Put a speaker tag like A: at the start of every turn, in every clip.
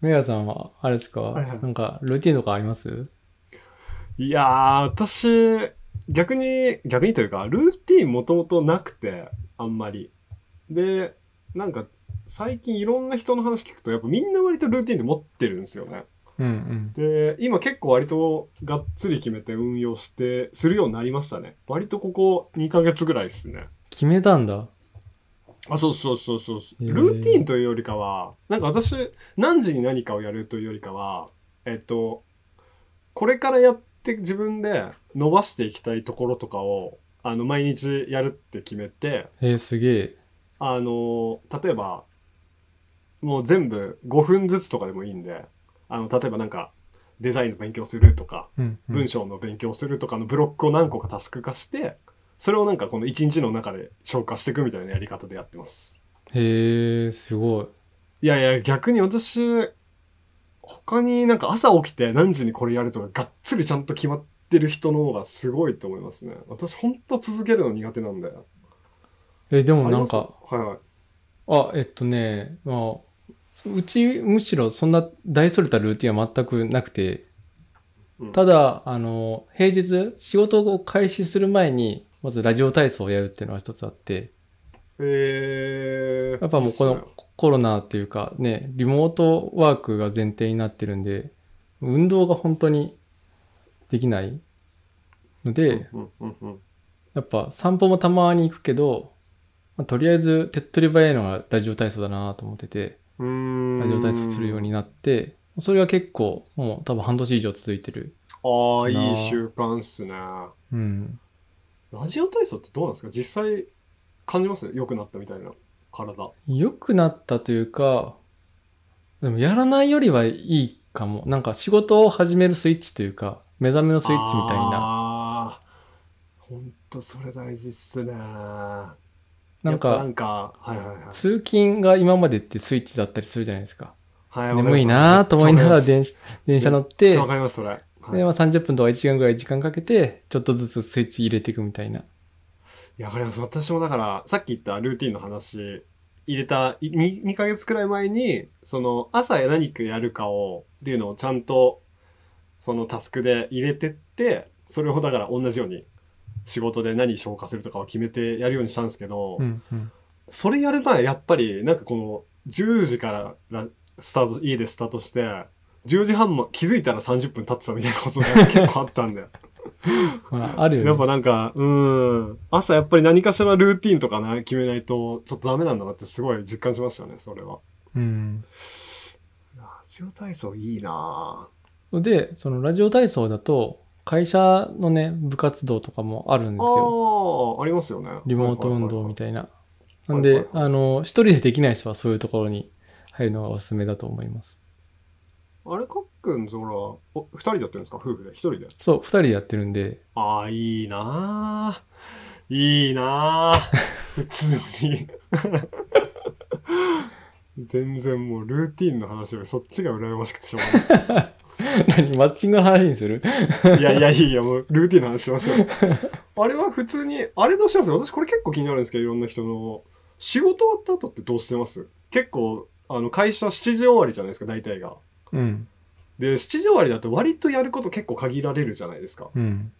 A: メガさんは、あれですか、
B: はいはい
A: なんか、ルーティンとかあります
B: いやー、私、逆に、逆にというか、ルーティンもともとなくて、あんまり。で、なんか、最近いろんな人の話聞くと、やっぱみんな割とルーティンで持ってるんですよね。
A: うんうん。
B: で、今結構割とがっつり決めて運用して、するようになりましたね。割とここ2ヶ月ぐらいですね。
A: 決めたんだ。
B: あ、そうそうそうそうそう。
A: へー
B: ルーティンというよりかは、なんか私、何時に何かをやるというよりかは、えっと、これからやって自分で伸ばしていきたいところとかを、あの、毎日やるって決めて、
A: えー、すげえ。
B: あの、例えば、もう全部5分ずつとかでもいいんで、あの、例えばなんか、デザインの勉強するとか、
A: うん、うん。
B: 文章の勉強するとかのブロックを何個かタスク化して、それをなんかこの1日の中で消化していくみたいなやり方でやってます。
A: へえ、すごい。
B: いやいや、逆に私、他になんか朝起きて何時にこれやるとか、がっつりちゃんと決まってる人の方がすごいと思いますね。私、ほんと続けるの苦手なんだよ。
A: えでも
B: あり
A: な
B: ま
A: ん
B: す
A: か、
B: はいはい。
A: あ、えっとね、まあ、うち、むしろそんな大それたルーティンは全くなくて
B: うん、
A: ただ、あの、平日、仕事を開始する前に、まずラジオ体操をやるっていうのが一つあって、
B: えー。
A: やっぱもうこ
B: いいっ
A: のコロナっていうかね、リモートワークが前提になってるんで、運動が本当にできないの
B: す
A: で
B: ね、うんうんうんうん。
A: やっぱ散歩もたまに行くけど、まあとりあえず手っ取り早いのがラジオ体操だなと思ってて、
B: うーん。
A: ラジオ体操するようになって、それが結構もう多分半年以上続いてる。
B: ああ、
A: かない
B: い習慣っすね。ラ
A: うん。
B: ジオ体操ってどうなんですか実際感じます良くなったみたいな。体。
A: 良くなったというか、でもやらないよりはいいかも。なんか仕事を始めるスイッチというか、目覚めのスイッチみたいな。
B: ああ。ほんとそれ大事っすね。
A: なん
B: やっぱな
A: か
B: んか、はいはいはい。
A: 通勤が今までってスイッチだったりするじゃないですか。
B: はい、
A: 眠いなぁと思いながら
B: 電
A: 電車電車乗って、
B: わかります、それ。はい、
A: でまあ、30分とか1時間ぐらい時間かけて、ちょっとずつスイッチ入れていくみたいな。
B: いや、わかります。私もだから、さっき言ったルーティンの話、入れたい 2, 2ヶ月くらい前に、その、朝何かやるかを、っていうのをちゃんと、そのタスクで入れてって、それをだから同じように、仕事で何消化するとかを決めてやるようにしたんですけど、
A: うんうん。
B: それやる前、やっぱり、なんかこの、10時かららスタート、家でスタートして、10時半も気づいたら30分経ってたみたいな ことが結構あったんだよ。
A: まあ、あるよね。
B: やっぱなんか、うん。朝やっぱり何かしらルーティンとかな、決めないと、ちょっとダメなんだなってすごい実感しましたね、それは。
A: うん。
B: ラジオ体操いいな
A: で、そのラジオ体操だと、会社のね、部活動とかもあるんです
B: あ
A: よ。
B: あ、ありますよね。
A: リモート運動み
B: た
A: たいな。
B: い
A: なん
B: はいはい
A: で、あの、一人でできない人はそういうところに入るのがおすすめだと思います。
B: いな。あれ、かっくん、そら、お二人でやってるんですか夫婦で、一人で。
A: そう、二人でやってるんで、
B: ああ、いいなーいいなー普通に。全然もうルーティンの話よりそっちが羨ましくてしょうがないです
A: 何、マッチングの話にする
B: いやいやいやいや、もうルーティンの話しましょう。あれは普通に、あれどうしてます私これ結構気になるんですけど、いろんな人の。仕事終わった後ってどうしてます結構、あの、会社7時終わりじゃないですか、大体が。
A: うん、
B: で、7時終わりだと割とやること結構限られるじゃないですか。
A: うん。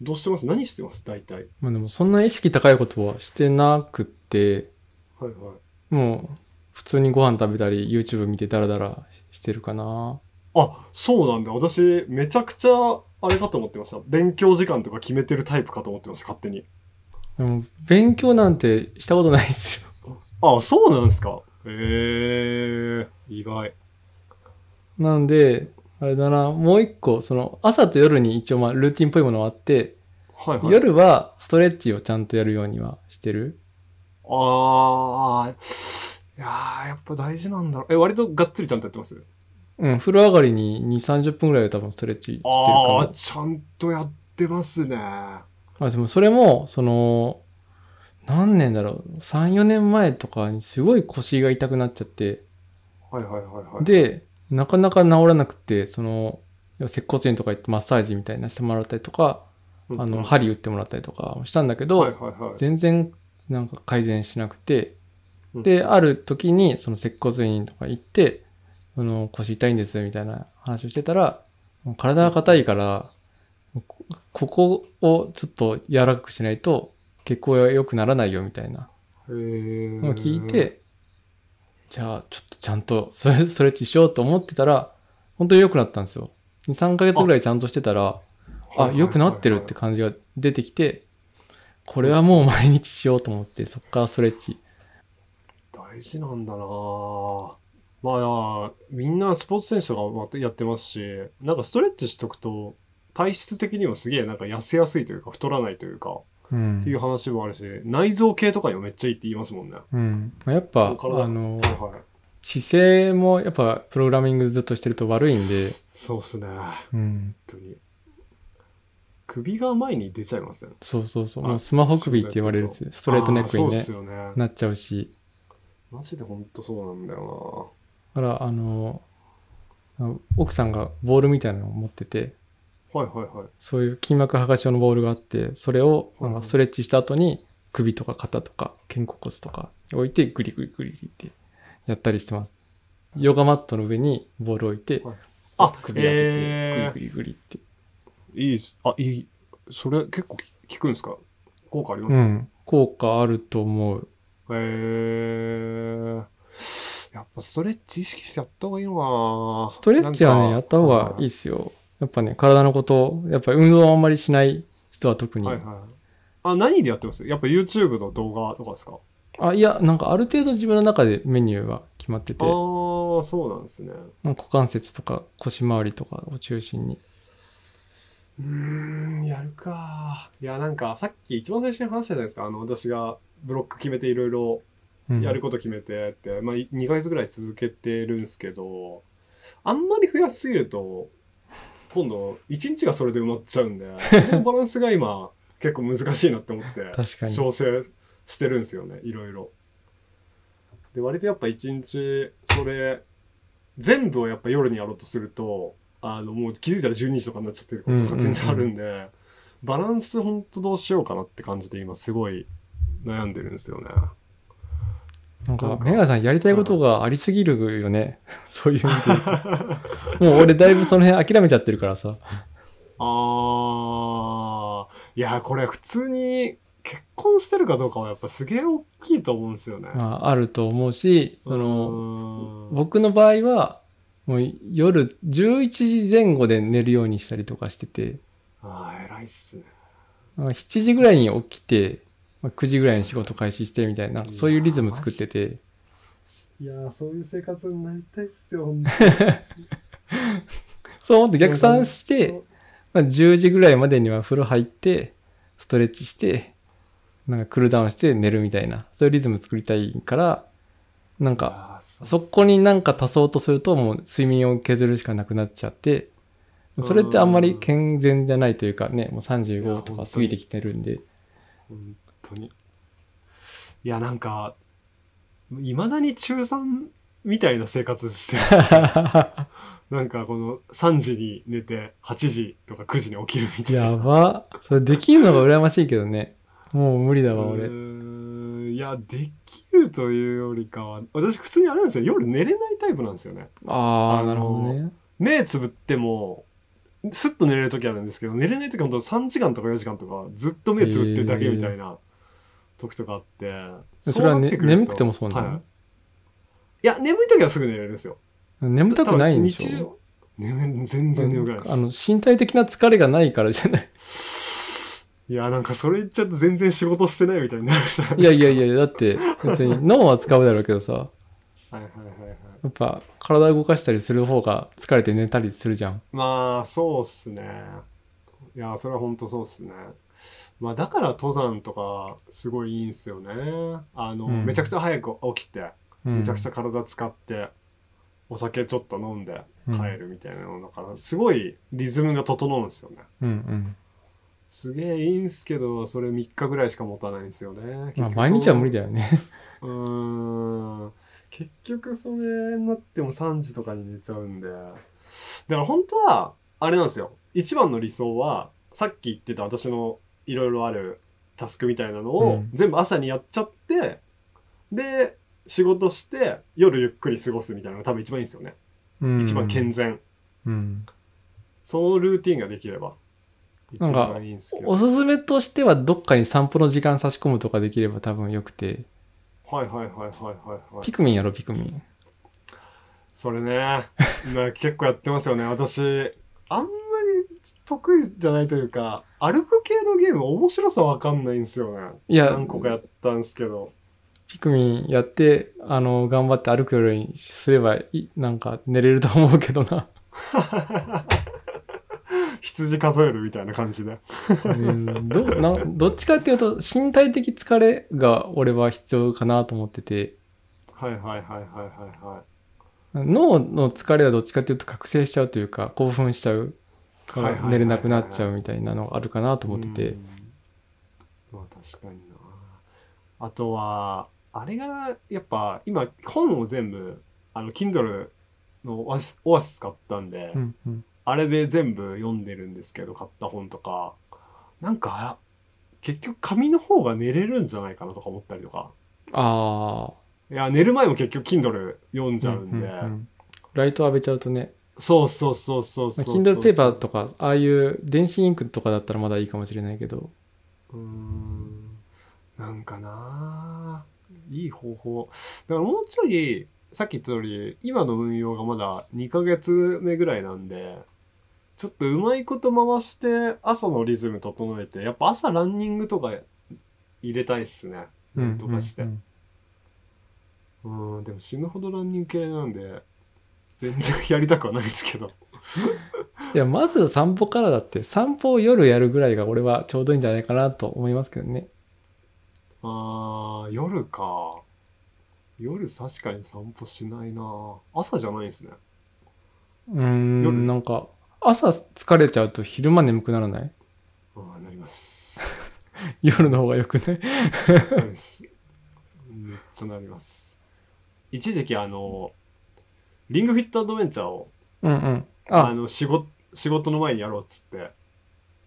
B: どうしてます何してます大体。
A: まあでも、そんな意識高いことはしてなくって、
B: はいはい。
A: もう、普通にご飯食べたり、YouTube 見てダラダラしてるかな。
B: あ、そうなんだ。私、めちゃくちゃ、あれかと思ってました。勉強時間とか決めてるタイプかと思ってました、勝手に。
A: でも、勉強なんてしたことないですよ。
B: あ、そうなんですか。へえー、意外。
A: なんで、あれだな、もう一個、その、朝と夜に一応、まあ、ルーティンっぽいものはあって、
B: はいはい。
A: 夜はストレッチをちゃんとやるようにはしてる。
B: ああ、いやー、やっぱ大事なんだろう。え、割とがっつりちゃんとやってます
A: うん、風呂上がりに2、30分ぐらいは多分ストレッチしてるか
B: ああー、
A: も。
B: ちゃんとやってますね。あ
A: あでもそれも、その、何年だろう、3、4年前とかにすごい腰が痛くなっちゃって、
B: はいはいはいはい。、
A: で、なかなか治らなくて、その、いや接骨院とか行ってマッサージみたいなしてもらったりとか、
B: うん
A: あ
B: う
A: の、
B: ん
A: 針打ってもらったりとかしたんだけど、
B: はいはいはい。
A: 全然なんか改善しなくて、
B: うん
A: である時にその接骨院とか行ってあの、腰痛いんですみたいな話をしてたら、体が硬いから、こここをちょっと柔らかくしないと血行が良くならないよみたいな
B: へー
A: のを聞い、て、じゃあちょっとちゃんとそれ ストレッチしようと思ってたら、本当に良くなったんですよ。2、3ヶ月ぐらいちゃんとしてたら、あ、良くなってるって感じが出てきて、これはもう毎日しようと思って、そっからストレッチ。
B: 大事なんだなぁまあみんなスポーツ選手とかやってますしなんかストレッチしとくと体質的にもすげえなんか痩せやすいというか太らないというか
A: うん
B: っていう話もあるし内臓系とかにもめっちゃいいって言いますもんね。は
A: うん。まあやっぱ、あ
B: 体
A: の、
B: い、
A: 姿勢もやっぱプログラミングずっとしてると悪いんで、
B: そうっすね本
A: うん。
B: 当に首が前に出ちゃいません
A: そうそうそう。
B: あ
A: もうスマホ首って言われるやつ、ストレートネックに
B: あーそうっ
A: ね
B: す、よね
A: なっちゃうし。
B: マジで本当そうなんだよ
A: だから、あの、あの奥さんがボールみたいなのを持ってて、
B: なはいはいはい
A: そういう筋膜剥がし用のボールがあって、それを
B: はい
A: なんかストレッチした後に首とか肩とか肩甲骨とか置いてグリグリグリグリってやったりしてます。ヨガマットの上にボールを置いて
B: はい、あ
A: 首当てて
B: えー
A: グリグリグリって。
B: いいっすあいいそれ結構き効くんですか効果あります、
A: うん。効果あると思う。
B: へえ。やっぱストレッチ意識してやった方がいいのかな
A: ストレッチはね、やった方がいいで
B: い。
A: すよ。やっぱね、体のこと、やっぱ運動をあんまりしない人は特に。
B: はいはい。あ、何でやってますやっぱ YouTube の動画とかですか
A: あ、いや、なんかある程度自分の中でメニューが決まってて、
B: ああ
A: まあ、
B: ー、そうなんですね。
A: 股関節とか腰回りとかを中心に。
B: うーん、やるか。いや、なんかさっき一番最初に話したじゃないですか。あの、私がブロック決めていろいろ
A: うん
B: やること決めてって、まあ2ヶ月ぐらい続けてるんですけど、あんまり増やしすぎると、今度1日がそれで埋まっちゃうんで、そのバランスが今 結構難しいなって思って。
A: 確かに。
B: 調整してるんですよねいろいろで割とやっぱ一日それ全部をやっぱ夜にやろうとするとあのもう気づいたら12時とかになっちゃってることとか全然あるんで、バランスほんとどうしようかなって感じで今すごい悩んでるんですよね
A: なんか
B: なん、か
A: メガさんやりたいことがありすぎるよね。 そういう意味 で。もう俺だいぶその辺諦めちゃってるからさ。
B: あーいやこれ普通に結婚してるかどうかはやっぱすげえ大きいと思うんですよね、
A: まあ、あると思うし、その、
B: の
A: 僕の場合は、もう夜11時前後で寝るようにしたりとかしてて、
B: あー偉いっすね
A: なんか7時ぐらいに起きて、まあ、9時ぐらいに仕事開始してみたいな、
B: いや
A: そういうリズム作ってて、
B: いやーそういう生活になりたいっすよ、ほん と
A: そう思って逆算して、まあ、10時ぐらいまでには風呂入って、ストレッチして、なんかクールダウンして寝るみたいな、そういうリズム作りたいから、なんか、
B: あーそ
A: そ
B: う
A: こになんか足そうとするともう睡眠を削るしかなくなっちゃって、それってあんまり健全じゃないというかね、もう35とか過ぎてきてるんで、
B: 本当にいやなんかいまだに中3みたいな生活してる なんかこの3時に寝て8時とか9時に起きるみたいな
A: やば。それできるのが羨ましいけどね。もう無理だわ、
B: う
A: 俺。
B: ーんいやできるというよりかは私普通にあれなんですよ夜寝れないタイプなんですよね
A: あ
B: あ
A: あ、
B: の
A: なるほどね。
B: 目つぶってもすっと寝れる時あるんですけど寝れない時ほんと3時間とか4時間とかずっと目つぶってるだけみたいな時とかあって、
A: それはね
B: うなってくると
A: 眠くてもそうなの
B: はい、いや眠い時はすぐ寝れるんですよ
A: 眠たくないんでしょ
B: 多分日常眠全然眠くないです
A: あの、身体的な疲れがないからじゃない。
B: いやなんかそれ言っちゃうと全然仕事してないみたいになるじゃない
A: い
B: で
A: や
B: すか
A: いやいや、だって別に脳は使うだろうけどさ、
B: はいはいはいはい
A: やっぱ体動かしたりする方が疲れて寝たりするじゃん。
B: まあそうっすねいやそれは本当そうっすねまあだから登山とかすごいいいんすよねあの、
A: うん
B: めちゃくちゃ早く起きて
A: うん
B: めちゃくちゃ体使ってお酒ちょっと飲んで帰るみたいなのだから、すごいリズムが整うんですよね
A: うんうん。
B: すげえいいんすけどそれ3日ぐらいしか持たないんですよね
A: まあ毎日は無理
B: だ
A: だよね。
B: うーん結局それになっても3時とかに寝ちゃうんでだから本当はあれなんですよ一番の理想はさっき言ってた私のいろいろあるタスクみたいなの
A: う
B: を
A: ん
B: 全部朝にやっちゃって、で仕事して夜ゆっくり過ごすみたいなのが多分一番いいんですよね
A: うん
B: 一番健全。
A: うん。
B: そのルーティンができれば、一
A: なんか
B: 番いいんですけど。
A: お
B: はい
A: すすめとしては、どっかに散歩の時間差し込むとかできれば多分よくて。
B: はいはいはいはいはい
A: ピ。クミンやろ、ピクミン。
B: それね、 まあ結構やってますよね。私、あんまり得意じゃないというか、歩く系のゲーム面白さわかんないんですよね。
A: いや
B: 何、個かやったんですけど。
A: ピクミンやって、あの、頑張って歩くようにすればいい、なんか寝れると思うけどな。
B: 羊数えるみたいな感じで。
A: うんどなどっちかっていうと、身体的疲れが俺は必要かなと思ってて、
B: はいはいはいはいはいはい。
A: 脳の疲れはどっちかっていうと覚醒しちゃうというか、興奮しちゃうか
B: はいはいはいは
A: ら寝
B: い
A: れなくなっちゃうみたいなのがあるかなと思って
B: う
A: て、
B: んまあ確かになあとはあれがやっぱ今本を全部あの Kindle のオアシスオアシス買ったんで、
A: うんうん
B: あれで全部読んでるんですけど買った本とかなんか結局紙の方が寝れるんじゃないかなとか思ったりとか
A: あ
B: いや寝る前も結局 Kindle 読ん
A: あ、
B: じゃうんで、
A: うんうんライト浴びちゃうとね、
B: そうそうそうそうそうそう
A: Kindle ペーパーとか、ああいう電子インクとかだったらまだいいかもしれないけど、
B: うーんなんかなあいい方法。だからもうちょい、さっき言った通り、今の運用がまだ2ヶ月目ぐらいなんで、ちょっとうまいこと回して朝のリズム整えて、やっぱ朝ランニングとか入れたいっすね。なんとかして。う
A: うんん
B: んでも死ぬほどランニング嫌いなんで、全然やりたくはないですけど。
A: いや、まず散歩からだって、散歩を夜やるぐらいが俺はちょうどいいんじゃないかなと思いますけどね。
B: あー、夜か。夜確かに散歩しないな朝じゃないんすね。
A: うーん、
B: 夜
A: なんか、朝疲れちゃうと昼間眠くならない
B: ああ、なります。
A: 夜の方がよくない
B: なります。めっちゃなります。一時期あの、リングフィットアドベンチャーを、
A: うんうん。
B: あ
A: あ、
B: の、仕事、仕事の前にやろうっつって、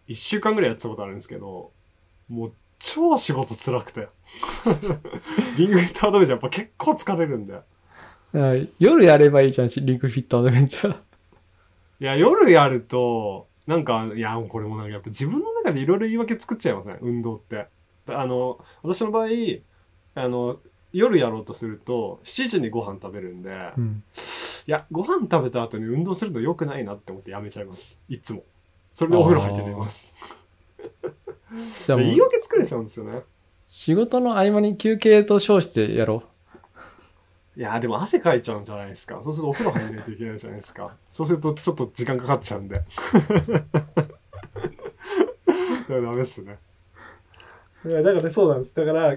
B: 一週間ぐらいやってたことあるんですけど、もう超仕事辛くて。 リングフィットアドベンチャーやっぱ結構疲れるんで。
A: はい夜やればいいじゃんし、リンクフィットアドベンチャー。
B: いや、夜やると、なんか、いや、もうこれもなんか、やっぱ自分の中でいろいろ言い訳作っちゃいません、運動って。あの、私の場合、あの、夜やろうとすると、7時にご飯食べるんで、
A: う
B: い
A: ん。
B: や、ご飯食べた後に運動するの良くないなって思ってやめちゃいます。いつも。それでお風呂入って寝ます。
A: じゃあもう
B: 言い、訳作れちゃうんですよね。
A: 仕事の合間に休憩と称してやろ
B: いや、でも汗かいちゃうんじゃないですか。そうするとお風呂入んないといけないじゃないですか。そうするとちょっと時間かかっちゃうんで。 だからダメっすね。いや、だからねそうなんです。だから、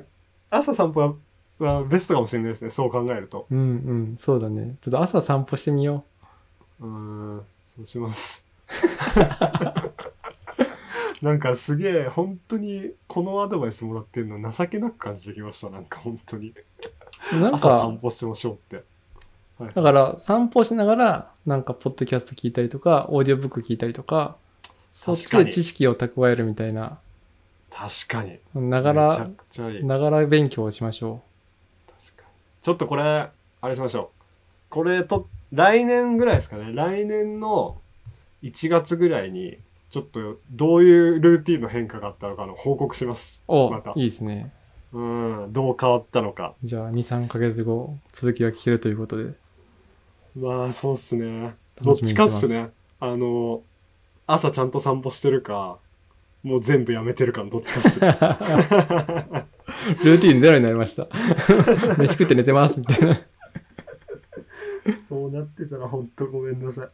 B: 朝散歩は、はベストかもしれないですね。そう考えると。
A: う。うんうん、そうだね。ちょっと朝散歩してみよ
B: うーん、そうします。 なんかすげえ、本当にこのアドバイスもらってるの情けなく感じてきました。なんか本当に。
A: う。なん
B: 朝散
A: か、
B: 歩しましょうって。はい
A: だから散歩しながら、なんかポッドキャスト聞いたりとか、オーディオブック聞いたりとか、そっち
B: 確か
A: で
B: に
A: 知識を蓄えるみたいな、
B: 確かに。
A: なが
B: めちゃ
A: ら、
B: くちゃいい。
A: ながら勉強をしましょ
B: 確かにちょっとこれあれしましょうこれと来年ぐらいですかね来年の1月ぐらいにちょっとどういうルーティンの変化があったのかの報告します
A: う。お、
B: また
A: いいですね。
B: うんどう変わったのか
A: じゃあ、2、3ヶ月後、続きが聞けるということで。
B: まあそうっすねどっ
A: 楽しみに
B: ち
A: してま
B: かっ
A: す
B: すねあの朝ちゃんと散歩してるかもう全部やめてるかのどっちかっすね
A: ルーティンゼロになりました。 飯食って寝てます、みたいな。
B: そうなってたら本当ごめんなさい